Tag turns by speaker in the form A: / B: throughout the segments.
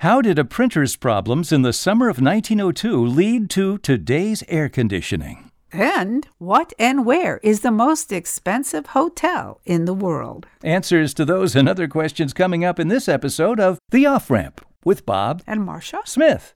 A: How did a printer's problems in the summer of 1902 lead to today's air conditioning?
B: And what and where is the most expensive hotel in the world?
A: Answers to those and other questions coming up in this episode of The Off Ramp with Bob
B: And Marcia?
A: Smith.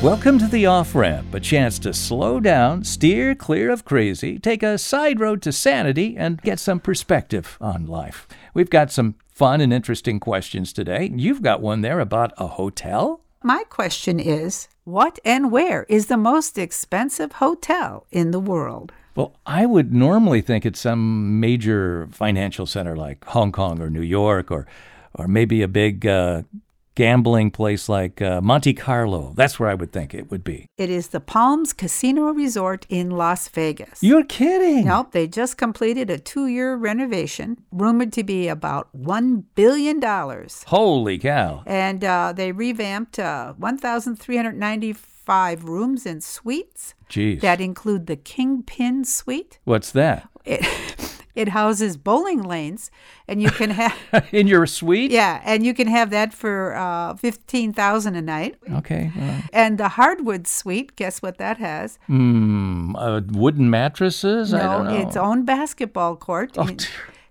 A: Welcome to the off ramp, a chance to slow down, steer clear of crazy, take a side road to sanity, and get some perspective on life. We've got some fun and interesting questions today. You've got one there about a hotel?
B: My question is what and where is the most expensive hotel in the world?
A: Well, I would normally think it's some major financial center like Hong Kong or New York or, or maybe a big uh, gambling place like uh, Monte Carlo. That's where I would think it would be.
B: It is the Palms Casino Resort in Las Vegas.
A: You're kidding.
B: Nope, they just completed a two year renovation, rumored to be about $1 billion.
A: Holy cow.
B: And uh, they revamped uh, 1,395 rooms and suites
A: Jeez.
B: that include the Kingpin Suite.
A: What's that?
B: It, it houses bowling lanes, and you can have.
A: In your suite?
B: Yeah, and you can have that for uh, fifteen thousand a night.
A: Okay. well,
B: And the hardwood suite, guess what that has?
A: Hmm. uh, wooden mattresses? I don't
B: no,
A: know.
B: its own basketball court,
A: Oh,
B: in-
A: dear.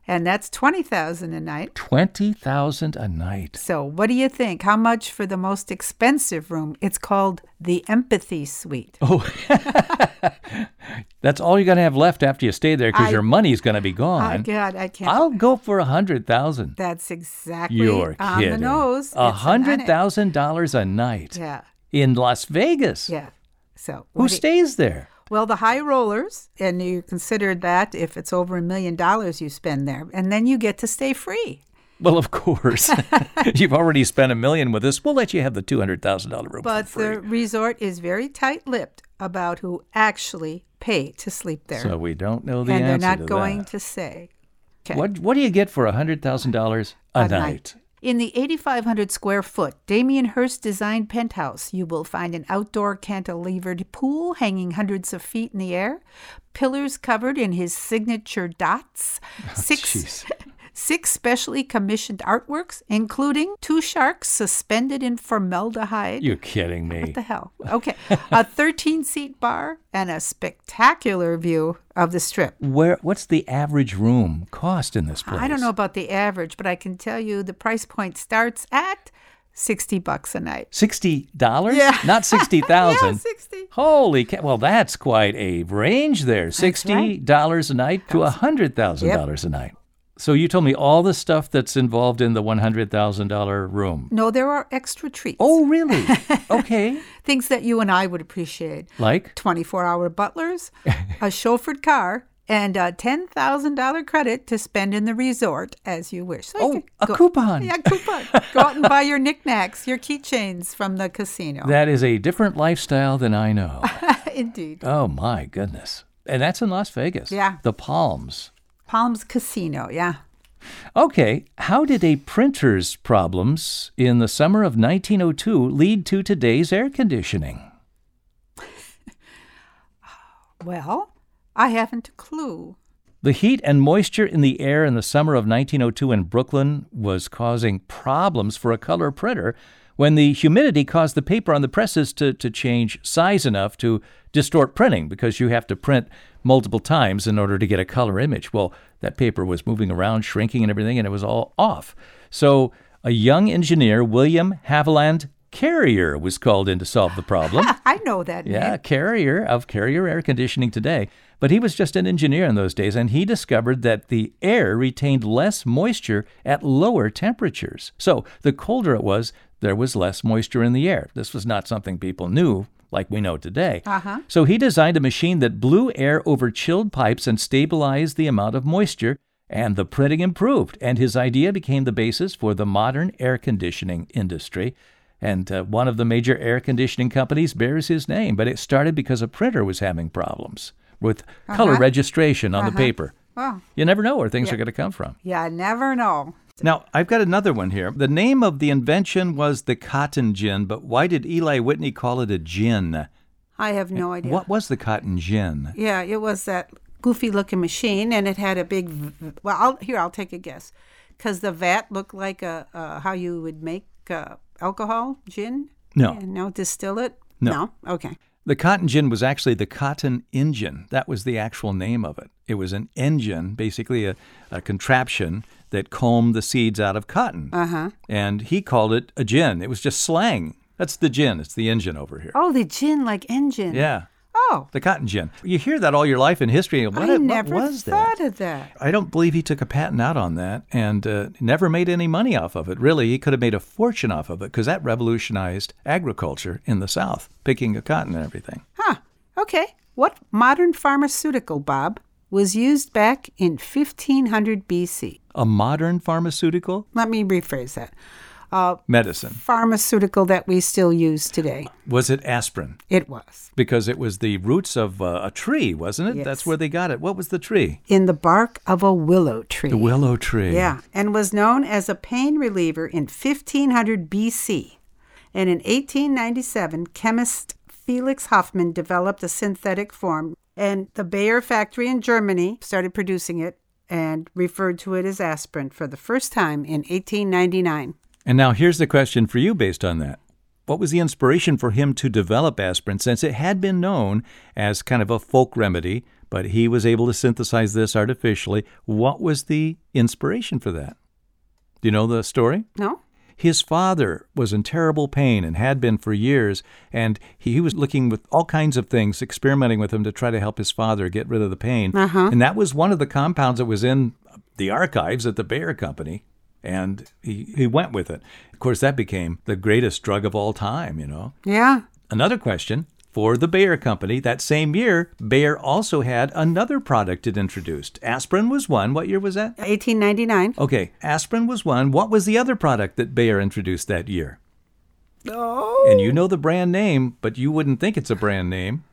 B: and that's twenty thousand a night.
A: 20,000 a night.
B: So, what do you think? How much for the most expensive room? It's called the Empathy Suite.
A: Oh. That's all you're going to have left after you stay there because
B: I-
A: your money's going to be
B: My
A: gone.
B: Oh, God, I can't.
A: I'll go for a 100,000.
B: that's exactly
A: You're
B: on
A: kidding.
B: the nose.
A: A
B: It's an on it.
A: $100,000 a night
B: Yeah,
A: in Las Vegas.
B: yeah. So,
A: Who
B: what do you-
A: stays there?
B: Well, the high rollers, and you consider that if it's over a million dollars you spend there, and then you get to stay free.
A: Well, of course. You've already spent a million with us. We'll let you have the $200,000 room
B: But
A: for free.
B: the resort is very tight lipped about who actually pay to sleep there.
A: So we don't know the
B: and
A: answer
B: they're not
A: to
B: going
A: that.
B: to say. 'Kay.
A: What What do you get for a hundred thousand dollars a
B: A
A: night?
B: night. In the 8,500 square foot Damien Hirst designed penthouse, you will find an outdoor cantilevered pool hanging hundreds of feet in the air, pillars covered in his signature dots, six
A: Oh, Jeez.
B: six specially commissioned artworks, including two sharks suspended in formaldehyde.
A: You're kidding me.
B: what the hell? Okay. a 13 seat bar and a spectacular view of the strip.
A: Where What's the average room cost in this place?
B: I don't know about the average, but I can tell you the price point starts at 60 bucks a night.
A: Sixty dollars?
B: Yeah.
A: Not sixty
B: Yeah,
A: thousand.
B: 60.
A: Holy cow! Well, that's quite a range there. Sixty
B: right.
A: dollars a night to a hundred thousand dollars a night. So you told me all the stuff that's involved in the one hundred thousand dollar room.
B: No, there are extra treats.
A: Oh, really? okay.
B: Things that you and I would appreciate.
A: Like
B: 24 hour butlers, a chauffeured car, and a $10,000 credit to spend in the resort as you wish. So you
A: Oh,
B: could
A: a coupon.
B: Yeah, coupon. go out and buy your knickknacks, your keychains from the casino.
A: that is a different lifestyle than I know.
B: Indeed.
A: Oh my goodness. And that's in Las Vegas.
B: Yeah.
A: The Palms.
B: Palms Casino, yeah.
A: Okay, how did a printer's problems in the summer of 1902 lead to today's air conditioning?
B: Well, I haven't a clue.
A: The heat and moisture in the air in the summer of 1902 in Brooklyn was causing problems for a color printer when the humidity caused the paper on the presses to, to change size enough to distort printing because you have to print multiple times in order to get a color image. Well, that paper was moving around, shrinking, and everything, and it was all off. So a young engineer, William Haviland Carrier, was called in to solve the problem.
B: Ah, I know that
A: Yeah,
B: name.
A: Carrier of Carrier Air Conditioning today. But he was just an engineer in those days, and he discovered that the air retained less moisture at lower temperatures. So the colder it was, there was less moisture in the air. This was not something people knew like we know today.
B: Uh-huh.
A: So he designed a machine that blew air over chilled pipes and stabilized the amount of moisture, and the printing improved. And his idea became the basis for the modern air conditioning industry. And uh, one of the major air conditioning companies bears his name, but it started because a printer was having problems with
B: Uh-huh.
A: color registration on the paper.
B: Well,
A: You never know where things are going to come from.
B: yeah, I never know.
A: Now, I've got another one here. The name of the invention was the cotton gin, but why did Eli Whitney call it a gin?
B: I have no idea.
A: What was the cotton gin?
B: Yeah, it was that goofy looking machine, and it had a big. v- Well, I'll, here I'll take a guess, because the vat looked like a uh, how you would make uh, alcohol gin.
A: No.
B: And now distill it.
A: No.
B: no. Okay.
A: The cotton gin was actually the cotton engine. That was the actual name of it. It was an engine, basically a, a contraption that combed the seeds out of cotton.
B: Uh huh.
A: And he called it a gin. It was just slang. That's the gin. It's the engine over here.
B: Oh, the gin like engine.
A: Yeah,
B: Oh,
A: the cotton gin. You hear that all your life in history. What,
B: I
A: what
B: never
A: was that?
B: thought of that.
A: I don't believe he took a patent out on that and uh, never made any money off of it. Really, he could have made a fortune off of it because that revolutionized agriculture in the South, picking of cotton and everything.
B: Huh. Okay. What modern pharmaceutical, Bob, was used back in 1500 BC?
A: A modern pharmaceutical
B: Let me rephrase that. Uh,
A: medicine.
B: pharmaceutical that we still use today.
A: Was it aspirin?
B: It was.
A: Because it was the roots of uh, a tree, wasn't it?
B: Yes.
A: That's where they got it. What was the tree?
B: In the bark of a willow tree.
A: The willow tree.
B: Yeah, and was known as a pain reliever in 1500 BC. And in 1897, chemist Felix Hoffmann developed a synthetic form, and the Bayer factory in Germany started producing it and referred to it as aspirin for the first time in 1899.
A: And now here's the question for you based on that. What was the inspiration for him to develop aspirin since it had been known as kind of a folk remedy, but he was able to synthesize this artificially? What was the inspiration for that? Do you know the story?
B: No?
A: His father was in terrible pain and had been for years, and he, he was looking with all kinds of things, experimenting with them to try to help his father get rid of the pain.
B: Uh-huh.
A: And that was one of the compounds that was in the archives at the Bayer Company, and he, he went with it. Of course, that became the greatest drug of all time, you know.
B: Yeah.
A: Another question for the Bayer Company that same year, Bayer also had another product it introduced. Aspirin was one. What year was that?
B: 1899.
A: Okay, aspirin was one. What was the other product that Bayer introduced that year?
B: Oh.
A: And you know the brand name, but you wouldn't think it's a brand name.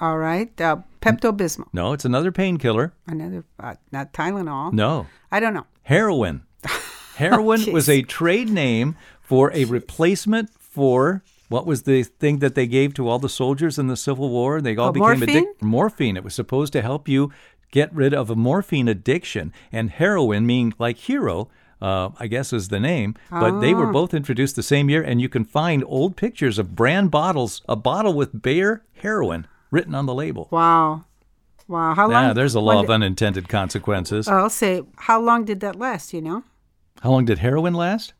B: All right. Uh, Pepto Bismol.
A: No, it's another painkiller.
B: Another, uh, not Tylenol.
A: No,
B: I don't know.
A: heroin. Heroin
B: Oh,
A: was a trade name for a replacement for what was the thing that they gave to all the soldiers in the Civil War? They all
B: Oh,
A: became
B: morphine?
A: addicted. Morphine. It was supposed to help you get rid of a morphine addiction. And heroin, meaning like hero, uh, I guess is the name. But they
B: Ah.
A: were both introduced the same year. And you can find old pictures of brand bottles, a bottle with Bayer heroin written on the label.
B: Wow. Wow. How long?
A: Yeah, there's a
B: when
A: law of
B: did- Uh,
A: unintended consequences.
B: I'll say, how long did that last? You know,
A: How long did heroin last?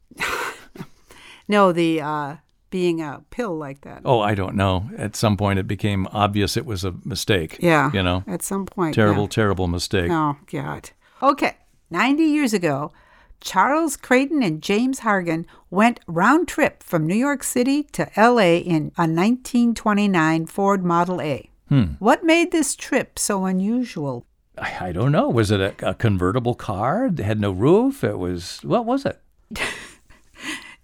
B: no, the uh, being a pill like that.
A: Oh, I don't know. At some point, it became obvious it was a mistake.
B: yeah,
A: You know,
B: at some point, yeah.
A: terrible, terrible mistake.
B: Oh God. Okay, ninety years ago, Charles Creighton and James Hargan went round trip from New York City to L.A. in a 1929 Ford Model A.
A: Hmm.
B: What made this trip so unusual?
A: I, I don't know. Was it a, a convertible car? It had no roof. It was, what was it?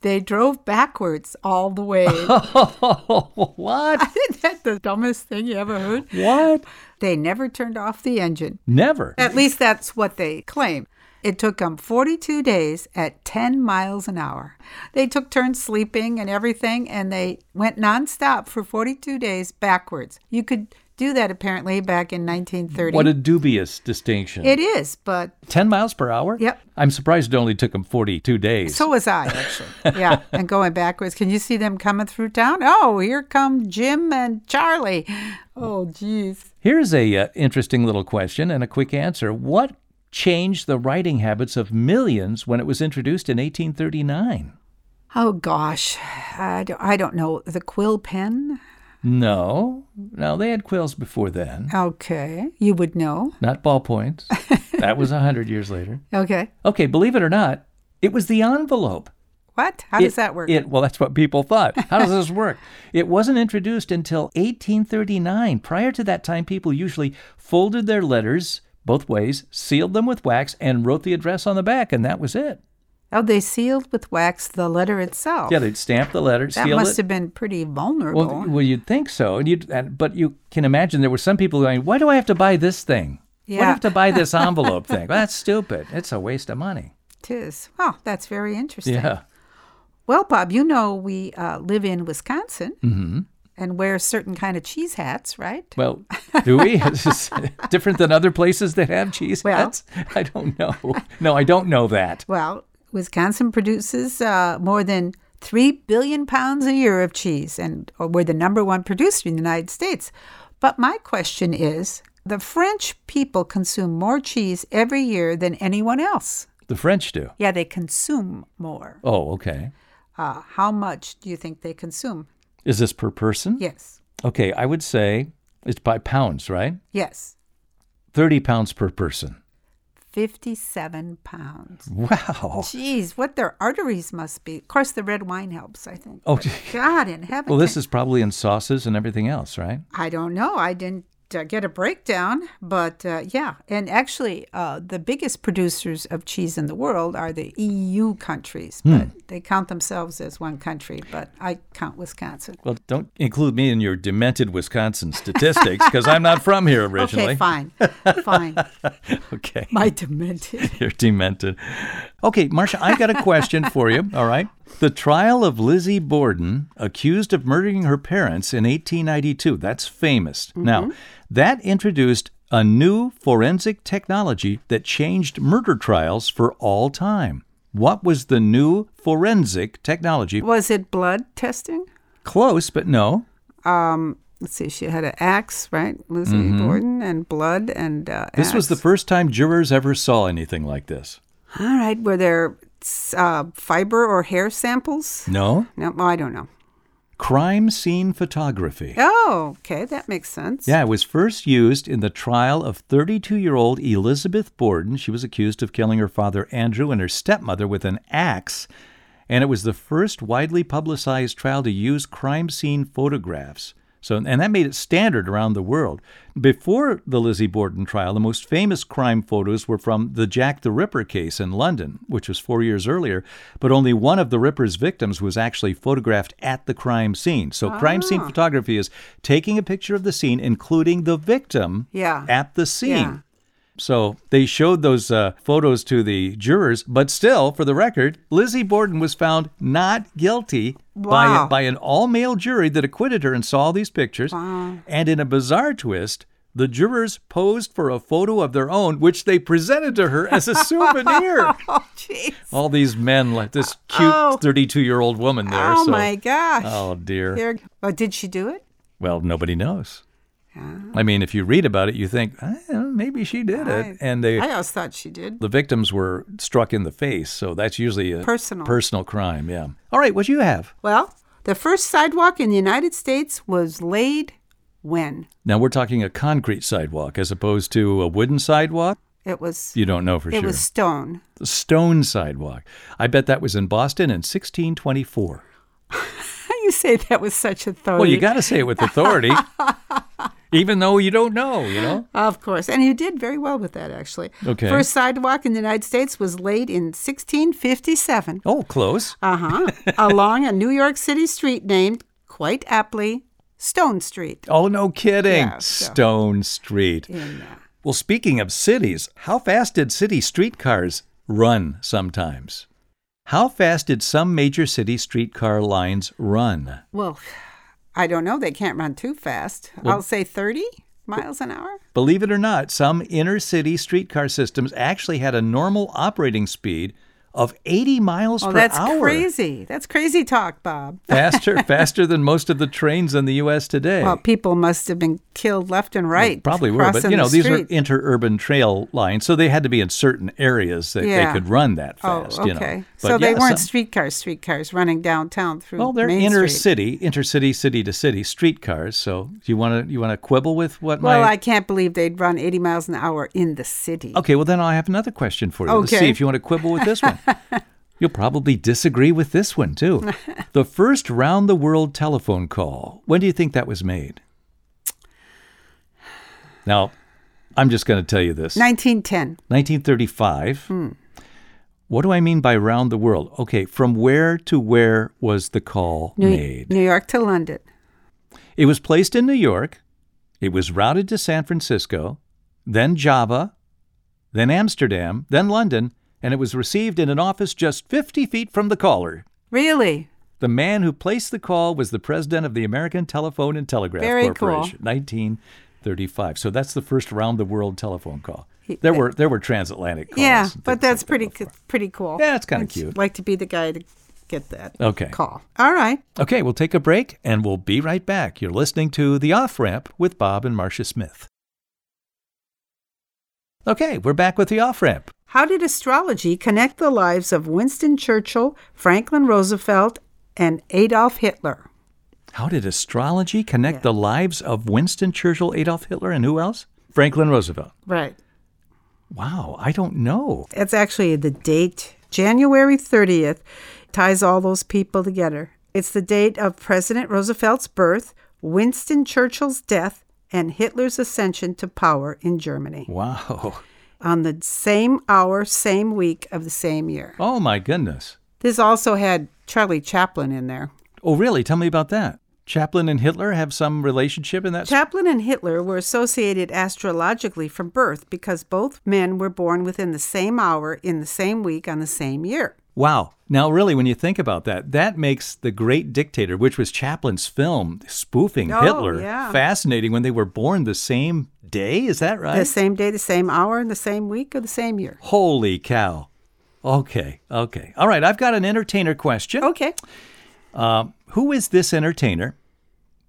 B: They drove backwards all the way.
A: what?
B: Isn't that the dumbest thing you ever heard?
A: What?
B: They never turned off the engine.
A: Never.
B: At least that's what they claim. It took them 42 days at 10 miles an hour. They took turns sleeping and everything, and they went nonstop for 42 days backwards. You could do that apparently back in 1930.
A: What a dubious distinction.
B: it is, but
A: 10 miles per hour?
B: Yep.
A: I'm surprised it only took him 42 days.
B: so was I, actually. yeah, and going backwards. Can you see them coming through town? Oh, here come Jim and Charlie. Oh, geez.
A: Here's a uh, interesting little question and a quick answer. What changed the writing habits of millions when it was introduced in 1839?
B: Oh, gosh. I don't, I don't know. The quill pen?
A: No, no, they had quills before then.
B: Okay. You would know.
A: Not ballpoints. that was a hundred years later.
B: Okay.
A: Okay, believe it or not, it was the envelope.
B: What? How
A: It-
B: does that work?
A: It, well, that's what people thought. How does this work? It wasn't introduced until 1839. Prior to that time, people usually folded their letters both ways, sealed them with wax, and wrote the address on the back, and that was it.
B: oh, they sealed with wax the letter itself.
A: Yeah, they'd stamp the letter,
B: Oh. that
A: seal
B: must
A: it.
B: have been pretty vulnerable.
A: Well, well, you'd think so, and you'd, and, but you can imagine there were some people going, "Why do I have to buy this thing? Why do I
B: Yeah.
A: have to buy this envelope thing? Well, that's stupid. It's a waste of money."
B: Tis. Wow, that's very interesting.
A: Yeah.
B: Well, Bob, you know we uh, live in Wisconsin
A: hmm
B: and wear certain kind of cheese hats, right?
A: Well, do we? Is this different than other places that have cheese
B: Well-
A: hats? I don't know. No, I don't know that.
B: Well, Wisconsin produces uh, more than 3 billion pounds a year of cheese, and or we're the number one producer in the United States. But my question is the French people consume more cheese every year than anyone else.
A: The French do.
B: Yeah, they consume more.
A: Oh, okay.
B: Uh, how much do you think they consume?
A: Is this per person?
B: Yes,
A: Okay, I would say it's by pounds, right?
B: yes,
A: 30 pounds per person.
B: 57 pounds.
A: Wow.
B: Jeez, what their arteries must be. Of course, the red wine helps, I think.
A: Oh,
B: God in heaven.
A: well, this
B: can-
A: is probably in sauces and everything else, right?
B: I don't know. I didn't uh, get a breakdown, but uh, yeah. And actually, uh, the biggest producers of cheese in the world are the EU countries,
A: Hmm.
B: but they count themselves as one country, but I count Wisconsin.
A: Well, don't include me in your demented Wisconsin statistics because I'm not from here originally.
B: Okay, fine. fine.
A: Okay.
B: My demented.
A: You're demented. Okay, Marcia, I got a question for you. All right. The trial of Lizzie Borden, accused of murdering her parents in 1892. That's famous.
B: Mm-hmm.
A: Now, that introduced a new forensic technology that changed murder trials for all time. What was the new forensic technology?
B: Was it blood testing?
A: Close, but no.
B: Um, let's see. She had an axe, right? Lizzie Borden and blood and uh,
A: Mm-hmm. This was
B: axe.
A: the first time jurors ever saw anything like this.
B: All right. Were there uh, fiber or hair samples?
A: No?
B: No, I don't know.
A: Crime scene photography.
B: Oh, okay. That makes sense.
A: Yeah, it was first used in the trial of 32 year old Elizabeth Borden. She was accused of killing her father Andrew and her stepmother with an axe, and it was the first widely publicized trial to use crime scene photographs. So, and that made it standard around the world. Before the Lizzie Borden trial, the most famous crime photos were from the Jack the Ripper case in London, which was four years earlier, but only one of the Ripper's victims was actually photographed at the crime scene. So, crime
B: Ah.
A: scene photography is taking a picture of the scene, including the victim
B: Yeah.
A: at the scene.
B: Yeah.
A: So they showed those uh, photos to the jurors, but still, for the record, Lizzie Borden was found not guilty by,
B: Wow.
A: by an all male jury that acquitted her and saw all these pictures. And in a bizarre twist, the jurors posed for a photo of their own, which they presented to her as a souvenir.
B: Oh, jeez.
A: all these men, like this cute
B: Oh.
A: 32 year old woman there.
B: Oh
A: so-
B: my gosh.
A: Oh, dear.
B: There- oh, did she do it?
A: Well, nobody knows. I mean, if you read about it, you think eh, maybe she did it,
B: I-
A: and they
B: I always thought she did.
A: the victims were struck in the face, so that's usually a
B: Personal.
A: personal crime. Yeah. All right, what do you have?
B: Well, the first sidewalk in the United States was laid when?
A: Now we're talking a concrete sidewalk as opposed to a wooden sidewalk.
B: It was
A: You don't know for
B: it
A: sure.
B: was stone.
A: The stone sidewalk. I bet that was in Boston in 1624.
B: How you say that with such authority?
A: Well, you got to say it with authority, even though you don't know. You know.
B: Of course. And you did very well with that actually.
A: Okay.
B: First sidewalk in the United States was laid in 1657.
A: Oh, close.
B: Uh-huh. along a New York City street named quite aptly Stone Street.
A: Oh, no kidding.
B: Yeah, so-
A: Stone Street.
B: In uh,
A: Well, speaking of cities, how fast did city streetcars run sometimes? How fast did some major city streetcar lines run?
B: Well, I don't know. They can't run too fast. I'll say 30 miles an hour.
A: Believe it or not, some inner city streetcar systems actually had a normal operating speed of 80 miles
B: Oh,
A: per
B: that's
A: hour.
B: crazy. That's crazy talk, Bob.
A: Faster, faster than most of the trains in the U.S. today.
B: Well, people must have been killed left and right.
A: Probably were, but
B: crossing
A: you know,
B: the
A: these are
B: street.
A: interurban trail lines, so they had to be in certain areas that
B: Yeah.
A: they could run that
B: Oh,
A: fast.
B: okay.
A: You know.
B: so
A: But
B: they
A: yeah,
B: weren't
A: some-
B: streetcars, streetcars running downtown through.
A: Well, they're
B: Main
A: inner
B: Street.
A: city, intercity, city to city streetcars. So do you want to you want to quibble with what
B: Well,
A: my?
B: I can't believe they'd run 80 miles an hour in the city.
A: Okay, well then I have another question for you. Let's see
B: Okay.
A: if you want to quibble with this one. You'll probably disagree with this one too. the first round the world telephone call. When do you think that was made? Now, I'm just going to tell you this.
B: 1910.
A: 1935.
B: Hmm.
A: What do I mean by round the world? Okay, from where to where was the call
B: New,
A: made?
B: New York to London.
A: It was placed in New York. It was routed to San Francisco, then Java, then Amsterdam, then London, and it was received in an office just 50 feet from the caller.
B: Really?
A: The man who placed the call was the president of the American Telephone and Telegraph
B: Very cool.
A: Corporation, 1935. So that's the first round the world telephone call. There were there were transatlantic calls.
B: yeah,
A: and
B: but
A: things like
B: that's
A: that
B: pretty
A: before.
B: co- pretty cool.
A: Yeah, it's kinda
B: I'd
A: cute.
B: Like to be the guy to get that
A: Okay.
B: call. All right.
A: Okay, we'll take a break and we'll be right back. You're listening to The Off Ramp with Bob and Marcia Smith. Okay, we're back with The Off Ramp.
B: How did astrology connect the lives of Winston Churchill, Franklin Roosevelt, and Adolf Hitler?
A: How did astrology connect
B: Yeah.
A: the lives of Winston Churchill, Adolf Hitler, and who else? Franklin Roosevelt.
B: Right.
A: Wow, I don't know.
B: It's actually the date, January 30th, ties all those people together. It's the date of President Roosevelt's birth, Winston Churchill's death, and Hitler's ascension to power in Germany
A: Wow.
B: on the same hour, same week of the same year.
A: Oh my goodness.
B: This also had Charlie Chaplin in there.
A: Oh, really? Tell me about that. Chaplin and Hitler have some relationship in that?
B: Chaplin and Hitler were associated astrologically from birth because both men were born within the same hour, in the same week, on the same year.
A: wow. Now, really, when you think about that, that makes The Great Dictator, which was Chaplin's film spoofing
B: Oh,
A: Hitler,
B: yeah.
A: fascinating when they were born the same day. Is that right?
B: The same day, the same hour, and the same week, or the same year.
A: Holy cow. Okay, okay. All right, I've got an entertainer question.
B: Okay.
A: Um, who is this entertainer?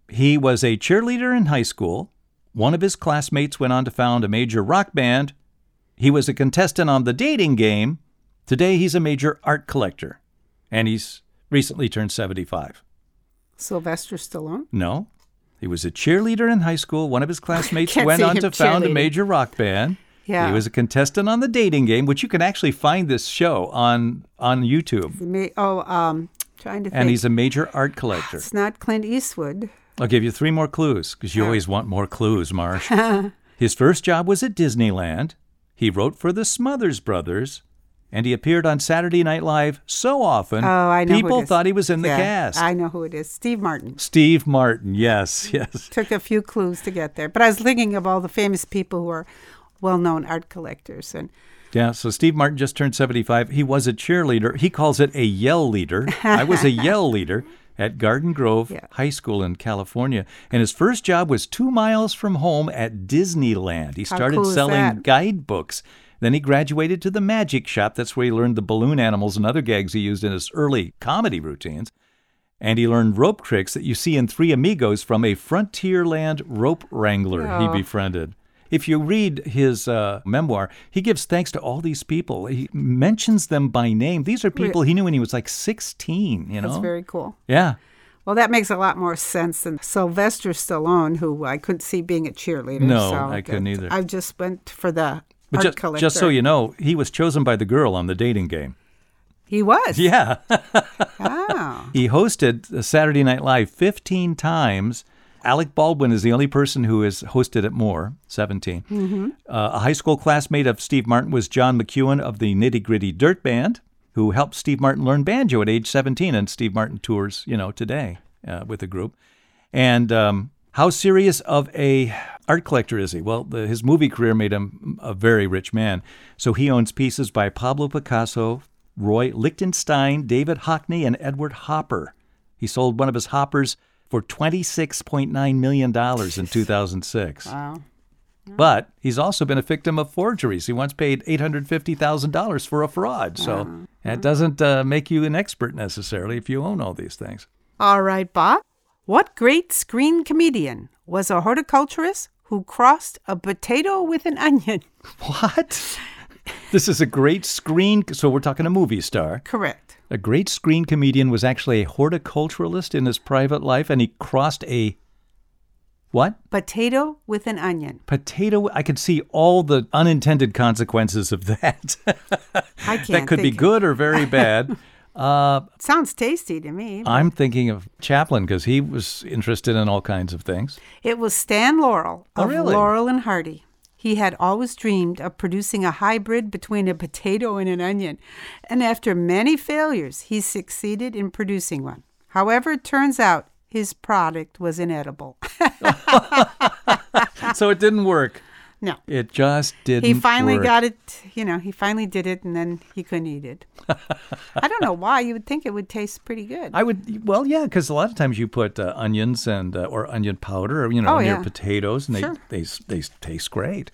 A: He was a cheerleader in high school. One of his classmates went on to found a major rock band. He was a contestant on the dating game. Today he's a major art collector. And he's recently turned 75.
B: Sylvester Stallone.
A: No. He was a cheerleader in high school. One of his classmates
B: Can't
A: went
B: see
A: on
B: him
A: to found a
B: cheerleading.
A: major rock band.
B: Yeah.
A: He was a contestant on the dating game, which you can actually find this show on on YouTube.
B: The ma- oh, um, trying to think.
A: And he's a major art collector.
B: it's not Clint Eastwood.
A: I'll give you three more clues because you always want more clues, Marsh. His first job was at Disneyland. He wrote for the Smothers Brothers, and he appeared on Saturday Night Live so often.
B: Oh, I know. who it
A: People
B: is.
A: thought he was in the
B: Yeah,
A: cast.
B: I know who it is. Steve Martin.
A: Steve Martin. Yes, yes.
B: Took a few clues to get there, but I was thinking of all the famous people who are well-known art collectors, and
A: Yeah, so Steve Martin just turned 75. He was a cheerleader. He calls it a yell leader. I was a yell leader at Garden Grove
B: Yeah.
A: High School in California. And his first job was two miles from home at Disneyland. He
B: How
A: started
B: cool is
A: selling
B: that?
A: guidebooks. Then he graduated to the magic shop. That's where he learned the balloon animals and other gags he used in his early comedy routines. And he learned rope tricks that you see in Three Amigos from a Frontierland rope wrangler
B: Oh.
A: he befriended. If you read his uh, memoir, he gives thanks to all these people. He mentions them by name. These are people he knew when he was like 16, you know?
B: that's very cool.
A: yeah.
B: Well, that makes a lot more sense than Sylvester Stallone, who I couldn't see being a cheerleader.
A: No,
B: so
A: I couldn't
B: that-
A: either.
B: I just went for the
A: But
B: art
A: just,
B: collector.
A: just so you know, he was chosen by the girl on the dating game.
B: he was. Oh,
A: Yeah.
B: Wow.
A: He hosted Saturday Night Live 15 times. Alec Baldwin is the only person who has hosted it more, 17.
B: Mm-hmm.
A: Uh, a high school classmate of Steve Martin was John McEwen of the Nitty Gritty Dirt Band, who helped Steve Martin learn banjo at age 17. And Steve Martin tours, you know, today uh, with the group. And um, how serious of a art collector is he? Well, the, his movie career made him a very rich man. So he owns pieces by Pablo Picasso, Roy Lichtenstein, David Hockney, and Edward Hopper. He sold one of his hoppers for $26.9 million in 2006.
B: wow.
A: But he's also been a victim of forgeries. He once paid $850,000 for a fraud. So
B: Mm-hmm.
A: that doesn't uh, make you an expert necessarily if you own all these things.
B: All right, Bob. What great screen comedian was a horticulturist who crossed a potato with an onion?
A: What? This is a great screen. So we're talking a movie star.
B: Correct.
A: A great screen comedian was actually a horticulturalist in his private life, and he crossed a what?
B: Potato with an onion.
A: Potato. I could see all the unintended consequences of that.
B: I can't.
A: that could be
B: think of-
A: good or very bad. uh,
B: Sounds tasty to me.
A: I'm thinking of Chaplin because he was interested in all kinds of things.
B: It was Stan Laurel
A: Oh,
B: of
A: really?
B: Laurel and Hardy. He had always dreamed of producing a hybrid between a potato and an onion, and after many failures, he succeeded in producing one. However, it turns out his product was inedible.
A: so it didn't work.
B: No.
A: It just didn't.
B: He finally
A: work.
B: got it, you know, he finally did it and then he couldn't eat it. I don't know why. You would think it would taste pretty good.
A: I would well, yeah, because a lot of times you put uh, onions and uh, or onion powder, or you know,
B: Oh,
A: on your
B: yeah.
A: potatoes, and they,
B: Sure.
A: they s- they s- taste great.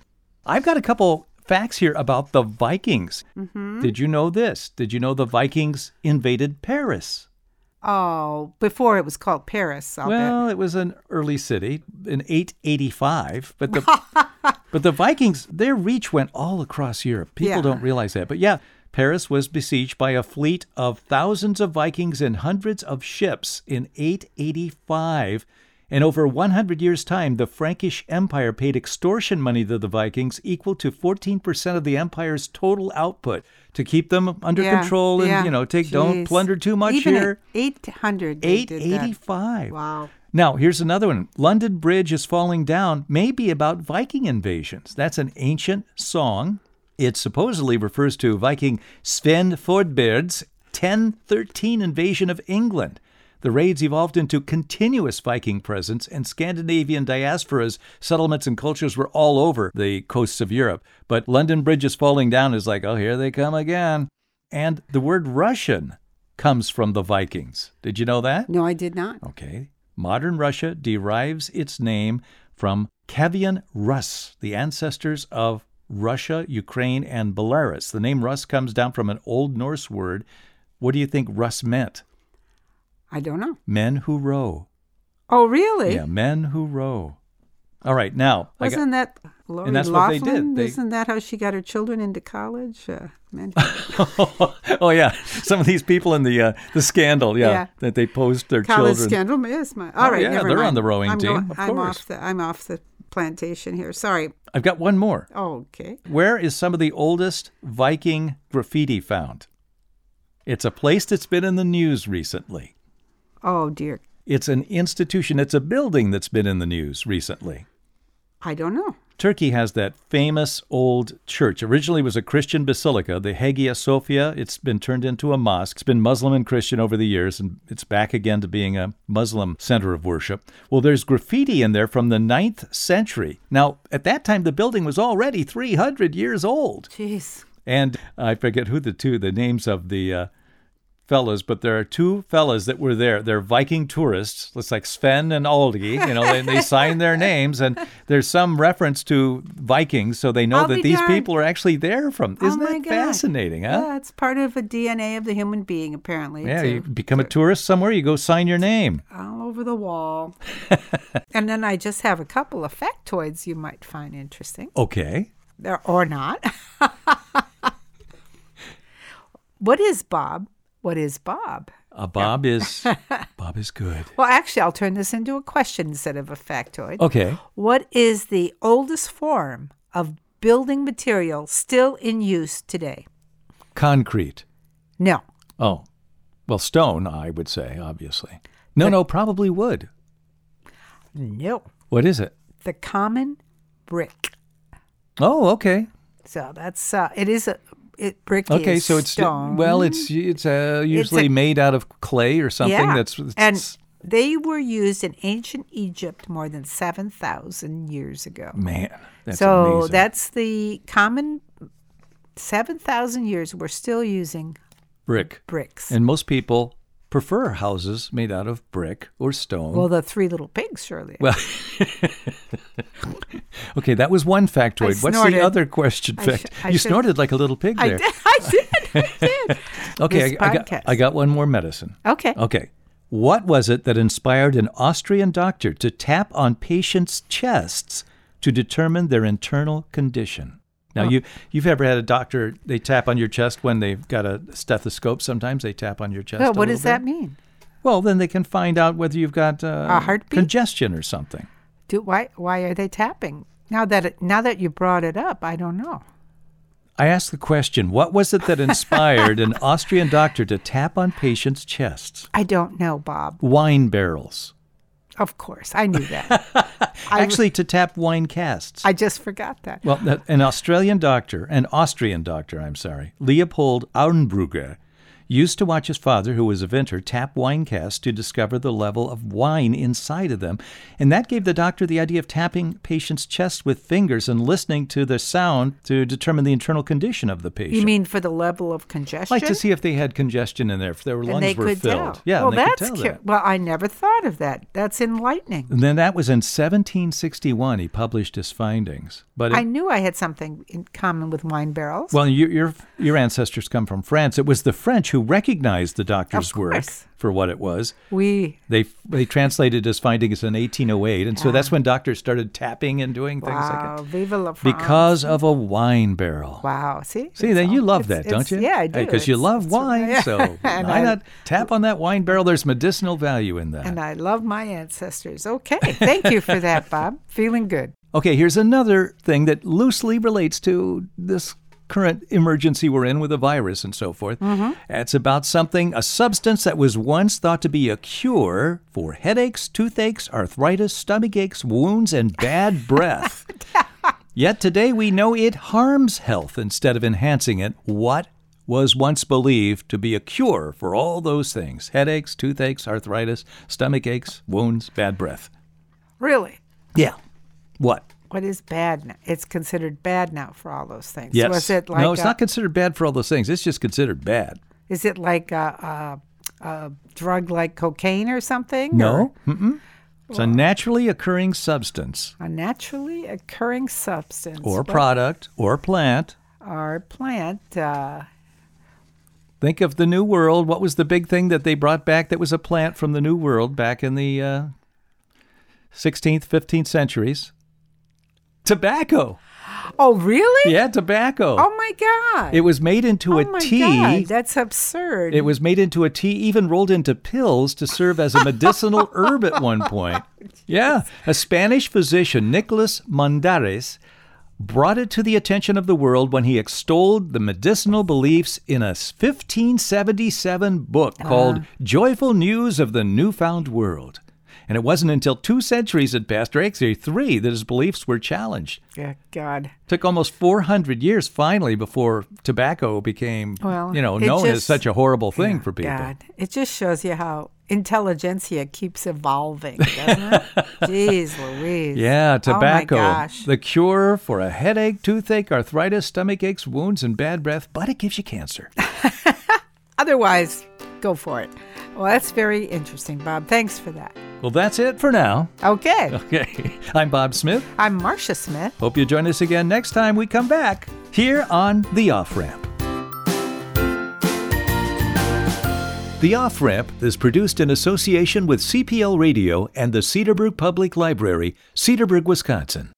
A: I've got a couple facts here about the Vikings.
B: Mm-hmm.
A: Did you know this? Did you know the Vikings invaded Paris?
B: oh, before it was called Paris, I'll
A: well, it was an early city in 885, but the but the Vikings their reach went all across Europe. People
B: Yeah.
A: don't realize that. But yeah, Paris was besieged by a fleet of thousands of Vikings and hundreds of ships in 885. In over 100 years' time, the Frankish Empire paid extortion money to the Vikings equal to 14% of the empire's total output to keep them under
B: bet. Yeah,
A: control and,
B: yeah.
A: you know, take don't
B: Jeez.
A: plunder too much
B: Even at
A: here.
B: 800. they did that.
A: 885.
B: Wow.
A: Now, here's another one. London Bridge is falling down, maybe about Viking invasions. That's an ancient song. It supposedly refers to Viking Sven Fordbeird's 1013 invasion of England. The raids evolved into continuous Viking presence, and Scandinavian diasporas, settlements, and cultures were all over the coasts of Europe. But London Bridge is falling down is like, oh, here they come again. And the word Russian comes from the Vikings. Did you know that?
B: No, I did not.
A: Okay. Modern Russia derives its name from Kavian Rus, the ancestors of Russia, Ukraine, and Belarus. The name Rus comes down from an Old Norse word. What do you think Rus meant?
B: I don't know.
A: Men who row.
B: Oh, really?
A: Yeah, men who row. All right, now I got-
B: Wasn't that Lori
A: And that's what they did.
B: Loughlin?
A: They-
B: Isn't that how she got her children into college? Uh, man.
A: oh yeah, some of these people in the uh, the scandal, yeah,
B: Yeah.
A: that they posed their
B: college
A: children.
B: scandal. Yes, my. All
A: Oh,
B: right,
A: yeah,
B: never
A: they're on
B: mind.
A: the rowing
B: I'm
A: team,
B: going-
A: of
B: I'm
A: course.
B: off the. I'm off the plantation here. Sorry.
A: I've got one more.
B: Oh, okay.
A: Where is some of the oldest Viking graffiti found? It's a place that's been in the news recently.
B: Oh dear.
A: It's an institution, it's a building that's been in the news recently.
B: I don't know.
A: Turkey has that famous old church. Originally it was a Christian basilica, the Hagia Sophia. It's been turned into a mosque. It's been Muslim and Christian over the years, and it's back again to being a Muslim center of worship. Well, there's graffiti in there from the 9th century. Now, at that time, the building was already 300 years old.
B: Jeez.
A: And I forget who the two, the names of the uh, fellas, but there are two fellas that were there. They're Viking tourists. It's like Sven and Aldi, you know, and they signed their names. And there's some reference to Vikings, so they know
B: I'll
A: that
B: be
A: these
B: darned.
A: people are actually there from.
B: Oh,
A: Isn't
B: my
A: that
B: God.
A: fascinating, huh?
B: Yeah, it's part of a DNA of the human being, apparently.
A: Yeah,
B: to-
A: you become a tourist somewhere, you go sign your name.
B: all over the wall. and then I just have a couple of factoids you might find interesting.
A: Okay.
B: or, or not. what is Bob? What is Bob?
A: Uh, Bob is Bob is good.
B: Well, actually, I'll turn this into a question instead of a factoid.
A: Okay.
B: What is the oldest form of building material still in use today?
A: Concrete.
B: No.
A: Oh. Well, stone, I would say, obviously. No, no, probably wood.
B: No.
A: What is it?
B: The common brick.
A: Oh, okay.
B: So that's, uh, it is a, it, brick
A: Okay,
B: is
A: so it's
B: stone.
A: well, it's it's uh, usually
B: a-
A: made out of clay or something.
B: Yeah.
A: That's it's,
B: and they were used in ancient Egypt more than 7,000 years ago.
A: man, that's
B: so
A: amazing.
B: that's the common 7,000 years we're still using
A: brick,
B: bricks.
A: and most people prefer houses made out of brick or stone.
B: well, the three little pigs, surely.
A: Well- okay, that was one factoid. What's
B: snorted.
A: the other question?
B: I sh-
A: Fact?
B: I
A: you
B: should-
A: snorted like a little pig
B: I
A: there.
B: did. I did. I did.
A: okay,
B: This
A: I, I got
B: podcast.
A: I got one more medicine.
B: Okay.
A: Okay. What was it that inspired an Austrian doctor to tap on patients' chests to determine their internal condition? Now, you, you've ever had a doctor, they tap on your chest when they've got a stethoscope. Sometimes they tap on your chest.
B: Well,
A: a
B: what
A: little
B: does that
A: bit.
B: mean?
A: Well, then they can find out whether you've got uh,
B: A heartbeat?
A: congestion or something.
B: Do, why, why are they tapping? Now that it, now that you brought it up, I don't know.
A: I asked the question what was it that inspired an Austrian doctor to tap on patients' chests?
B: I don't know, Bob.
A: Wine barrels.
B: Of course, I knew that. I,
A: Actually, to tap wine casts.
B: I just forgot that.
A: Well, that- an Australian doctor, an Austrian doctor, I'm sorry, Leopold Auenbrugger, used to watch his father, who was a vintner, tap wine casks to discover the level of wine inside of them. And that gave the doctor the idea of tapping patients' chests with fingers and listening to the sound to determine the internal condition of the patient.
B: You mean for the level of congestion?
A: like to see if they had congestion in there, if their lungs
B: and they
A: were
B: could
A: filled.
B: tell.
A: Yeah,
B: well,
A: and they
B: that's
A: could tell
B: cu-
A: that.
B: well, I never thought of that. That's enlightening.
A: And then that was in 1761 he published his findings. But it-
B: I knew I had something in common with wine barrels.
A: Well, your, your your ancestors come from France. It was the French who recognized the doctor's work
B: course.
A: for what it was.
B: we
A: They they translated his findings in 1808, and so that's when doctors started tapping and doing things like
B: wow,
A: that
B: vive la France.
A: because of a wine barrel.
B: wow, see,
A: See,
B: It's
A: then you
B: all-
A: love
B: it's-
A: that, don't
B: it's-
A: you?
B: Yeah, I do.
A: Because you
B: It's-
A: love
B: it's-
A: wine,
B: yeah.
A: so why
B: and I,
A: not tap on that wine barrel? There's medicinal value in that.
B: and I love my ancestors. Okay, thank you for that, Bob. Feeling good.
A: Okay, here's another thing that loosely relates to this current emergency we're in with the virus and so forth. It's about something, a substance that was once thought to be a cure for headaches, toothaches, arthritis, stomach aches, wounds, and bad breath. Yet today we know it harms health instead of enhancing it. What was once believed to be a cure for all those things headaches, toothaches, arthritis, stomach aches, wounds, bad breath?
B: Really,
A: Yeah. What?
B: what is bad? Now? It's considered bad now for all those things.
A: Yes.
B: Was it like
A: no, it's
B: a-
A: not considered bad for all those things. It's just considered bad.
B: Is it like a, a, a drug like cocaine or something?
A: No. Mm-mm. It's a naturally occurring substance
B: Or a naturally occurring substance
A: or product or plant.
B: or plant. Uh,
A: Think of the New World. What was the big thing that they brought back that was a plant from the New World back in the uh, 16th, 15th centuries? Tobacco.
B: oh, really?
A: Yeah, tobacco.
B: Oh, my God.
A: It was made into
B: oh,
A: a
B: my
A: tea.
B: God. That's absurd.
A: It was made into a tea, even rolled into pills to serve as a medicinal herb at one point. Yeah. A Spanish physician, Nicolas Mandares, brought it to the attention of the world when he extolled the medicinal beliefs in a 1577 book called Joyful News of the Newfound World. And it wasn't until two centuries had passed, or actually three, that his beliefs were challenged.
B: yeah, God.
A: Took almost 400 years finally before tobacco became,
B: Well,
A: you know,
B: it
A: known as
B: just-
A: such a horrible thing
B: Yeah,
A: for people.
B: God. It just shows you how intelligentsia keeps evolving, doesn't it? Jeez Louise.
A: Yeah, tobacco.
B: Oh, my gosh.
A: The cure for a headache, toothache, arthritis, stomach aches, wounds, and bad breath, but it gives you cancer.
B: Otherwise, go for it. Well, that's very interesting, Bob. Thanks for that.
A: well, that's it for now.
B: Okay.
A: Okay. I'm Bob Smith.
B: I'm Marcia Smith.
A: Hope you join us again next time we come back here on The Off Ramp. The Off Ramp is produced in association with CPL Radio and the Cedarbrook Public Library, Cedarbrook, Wisconsin.